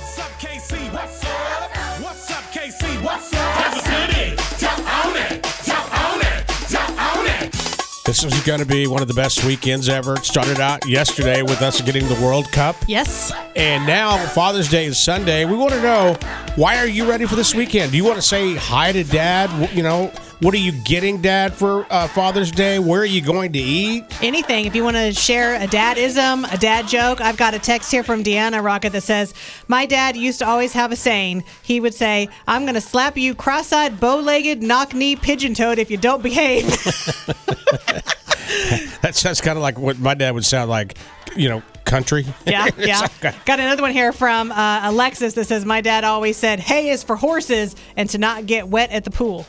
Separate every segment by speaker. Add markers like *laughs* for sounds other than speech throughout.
Speaker 1: KC? What's up? What's up, KC? What's up? Have a city. Jump on it. Jump on it. Jump on it.
Speaker 2: This is going to be one of the best weekends ever. It started out yesterday with us getting the World Cup,
Speaker 3: Yes.
Speaker 2: and now Father's Day is Sunday. We want to know why are you ready for this weekend? Do you want to say hi to Dad? Wh- You know, what are you getting Dad for uh, Father's Day? Where are you going to eat?
Speaker 3: Anything. If you want to share a dad ism, a dad joke, I've got a text here from Deanna Rocket that says, My dad used to always have a saying. He would say, I'm going to slap you cross eyed, bow legged, knock knee, pigeon toed if you don't behave.
Speaker 2: That's that's kind of like what my dad would sound like. You know, country. *laughs*
Speaker 3: yeah,
Speaker 2: It's
Speaker 3: *laughs* yeah.
Speaker 2: like a-
Speaker 3: Got another one here from uh, Alexis that says, My dad always said, Hay is for horses and to not get wet at the pool.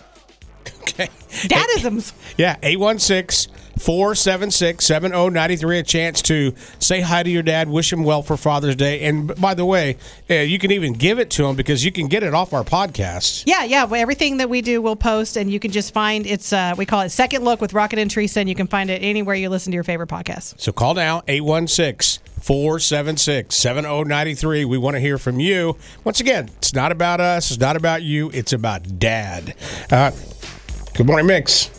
Speaker 2: okay.
Speaker 3: Dad isms.
Speaker 2: Yeah, 816 476 7093. A chance to say hi to your dad, wish him well for Father's Day. And b- by the way, uh, you can even give it to him because you can get it off our podcast.
Speaker 3: Yeah, yeah. Well, everything that we do, we'll post, and you can just find it's. Uh, we call it Second Look with Rocket and Teresa, and you can find it anywhere you listen to your favorite podcast.
Speaker 2: So call now, 816 476 7093. We want to hear from you. Once again, it's not about us, it's not about you, it's about dad. Uh, good morning, Mix.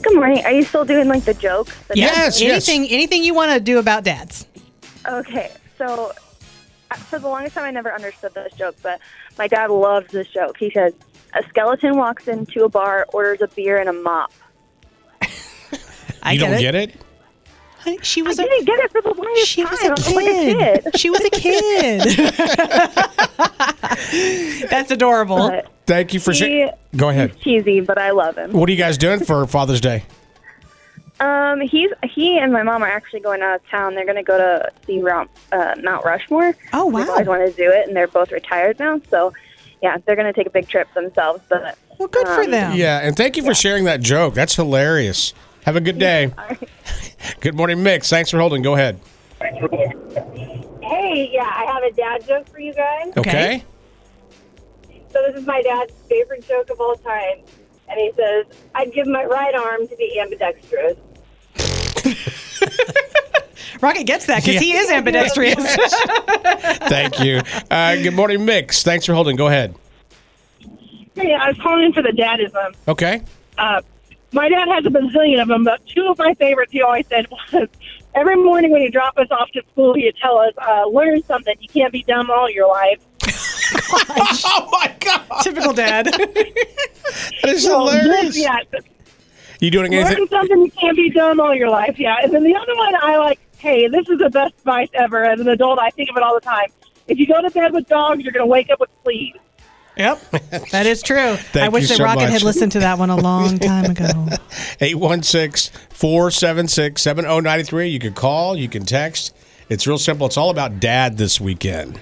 Speaker 4: Good morning. Are you still doing like the jokes? The
Speaker 2: Yes, yes.
Speaker 3: Anything, anything you want to do about dads?
Speaker 4: Okay, so uh, for the longest time, I never understood this joke, but my dad loves this joke. He says, "A skeleton walks into a bar, orders a beer and a mop."
Speaker 3: I
Speaker 2: you
Speaker 3: get
Speaker 2: don't
Speaker 3: it.
Speaker 2: get it?
Speaker 3: Honey, She was
Speaker 4: I
Speaker 3: a
Speaker 4: didn't get it for the longest
Speaker 3: she
Speaker 4: time.
Speaker 3: was a
Speaker 4: I'm like
Speaker 3: kid. She was a kid.
Speaker 4: *laughs*
Speaker 3: That's adorable.
Speaker 4: But
Speaker 2: Thank you for sharing.
Speaker 4: He-
Speaker 2: Go ahead.
Speaker 4: he's cheesy, but I love him.
Speaker 2: What are you guys doing for Father's Day?
Speaker 4: Um, he's he and my mom are actually going out of town. They're going to go to see Mount, uh, Mount Rushmore.
Speaker 3: Oh, wow.
Speaker 4: They've always wanted to do it, and they're both retired now. So, yeah, they're going to take a big trip themselves. But
Speaker 3: Well, good for
Speaker 4: um,
Speaker 3: them.
Speaker 2: Yeah, and thank you for sharing that joke. That's hilarious. Have a good *laughs* day. good morning, Mix. Thanks for holding. Go ahead.
Speaker 5: Hey, yeah, I have a dad joke for you guys.
Speaker 2: Okay. *laughs*
Speaker 3: Okay.
Speaker 5: So this is my dad's favorite joke of all time, and he says, "I'd give my right arm to be ambidextrous."
Speaker 3: Rocket gets that because
Speaker 2: Yeah.
Speaker 3: he is ambidextrous.
Speaker 4: *laughs*
Speaker 2: Thank you. Uh, good morning, Mix. Thanks for holding. Go ahead.
Speaker 6: Hey, I was calling in for the um, dadism.
Speaker 2: Okay.
Speaker 6: Uh, my dad has a bazillion of them, but two of my favorites he always said was every morning when he dropped us off to school, he'd tell us, uh, learn something. You can't be dumb all your life.
Speaker 2: Oh my God,
Speaker 3: *laughs* Typical
Speaker 2: *laughs*
Speaker 3: dad.
Speaker 2: that is
Speaker 6: So,
Speaker 2: hilarious.
Speaker 6: Yeah,
Speaker 2: You doing anything?
Speaker 6: learn something you can't be dumb all your life. Yeah. And then the other one I like, hey, this is the best advice ever. As an adult, I think of it all the time. If you go to bed with dogs, you're going to wake up with fleas.
Speaker 3: Yep, that is true. I
Speaker 2: Thank you
Speaker 3: wish that
Speaker 2: so
Speaker 3: Rocket
Speaker 2: much.
Speaker 3: had listened to that one
Speaker 2: *laughs*
Speaker 3: a long time ago.
Speaker 2: 816-476-7093. You can call. You can text. It's real simple. It's all about dad this weekend.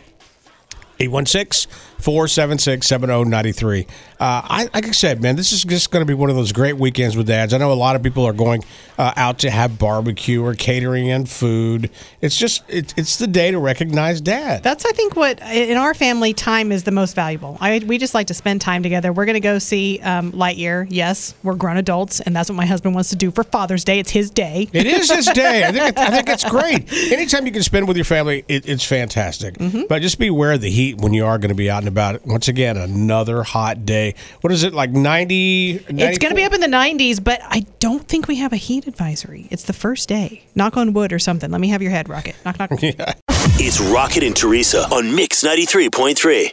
Speaker 2: 816-476-7093. Uh, I, like I said, man, this is just going to be one of those great weekends with dads. I know a lot of people are going uh, out to have barbecue or catering and food. It's just, it, it's the day to recognize dad.
Speaker 3: That's, I think, what in our family time is the most valuable. I we just like to spend time together. We're going to go see um, Lightyear. Yes, we're grown adults, and that's what my husband wants to do for Father's Day. It's his day.
Speaker 2: It is this day. I think, I think it's great. Anytime you can spend with your family, it, it's fantastic.
Speaker 3: Mm-hmm.
Speaker 2: But just be aware of the heat when you are going to be out and about. Once again, another hot day. What is it, like 90?
Speaker 3: It's going to be up in the 90s, but I don't think we have a heat advisory. It's the first day. Knock on wood or something. Let me have your head, Rocket. Knock knock.
Speaker 7: It's Rocket and Teresa on Mix 93.3.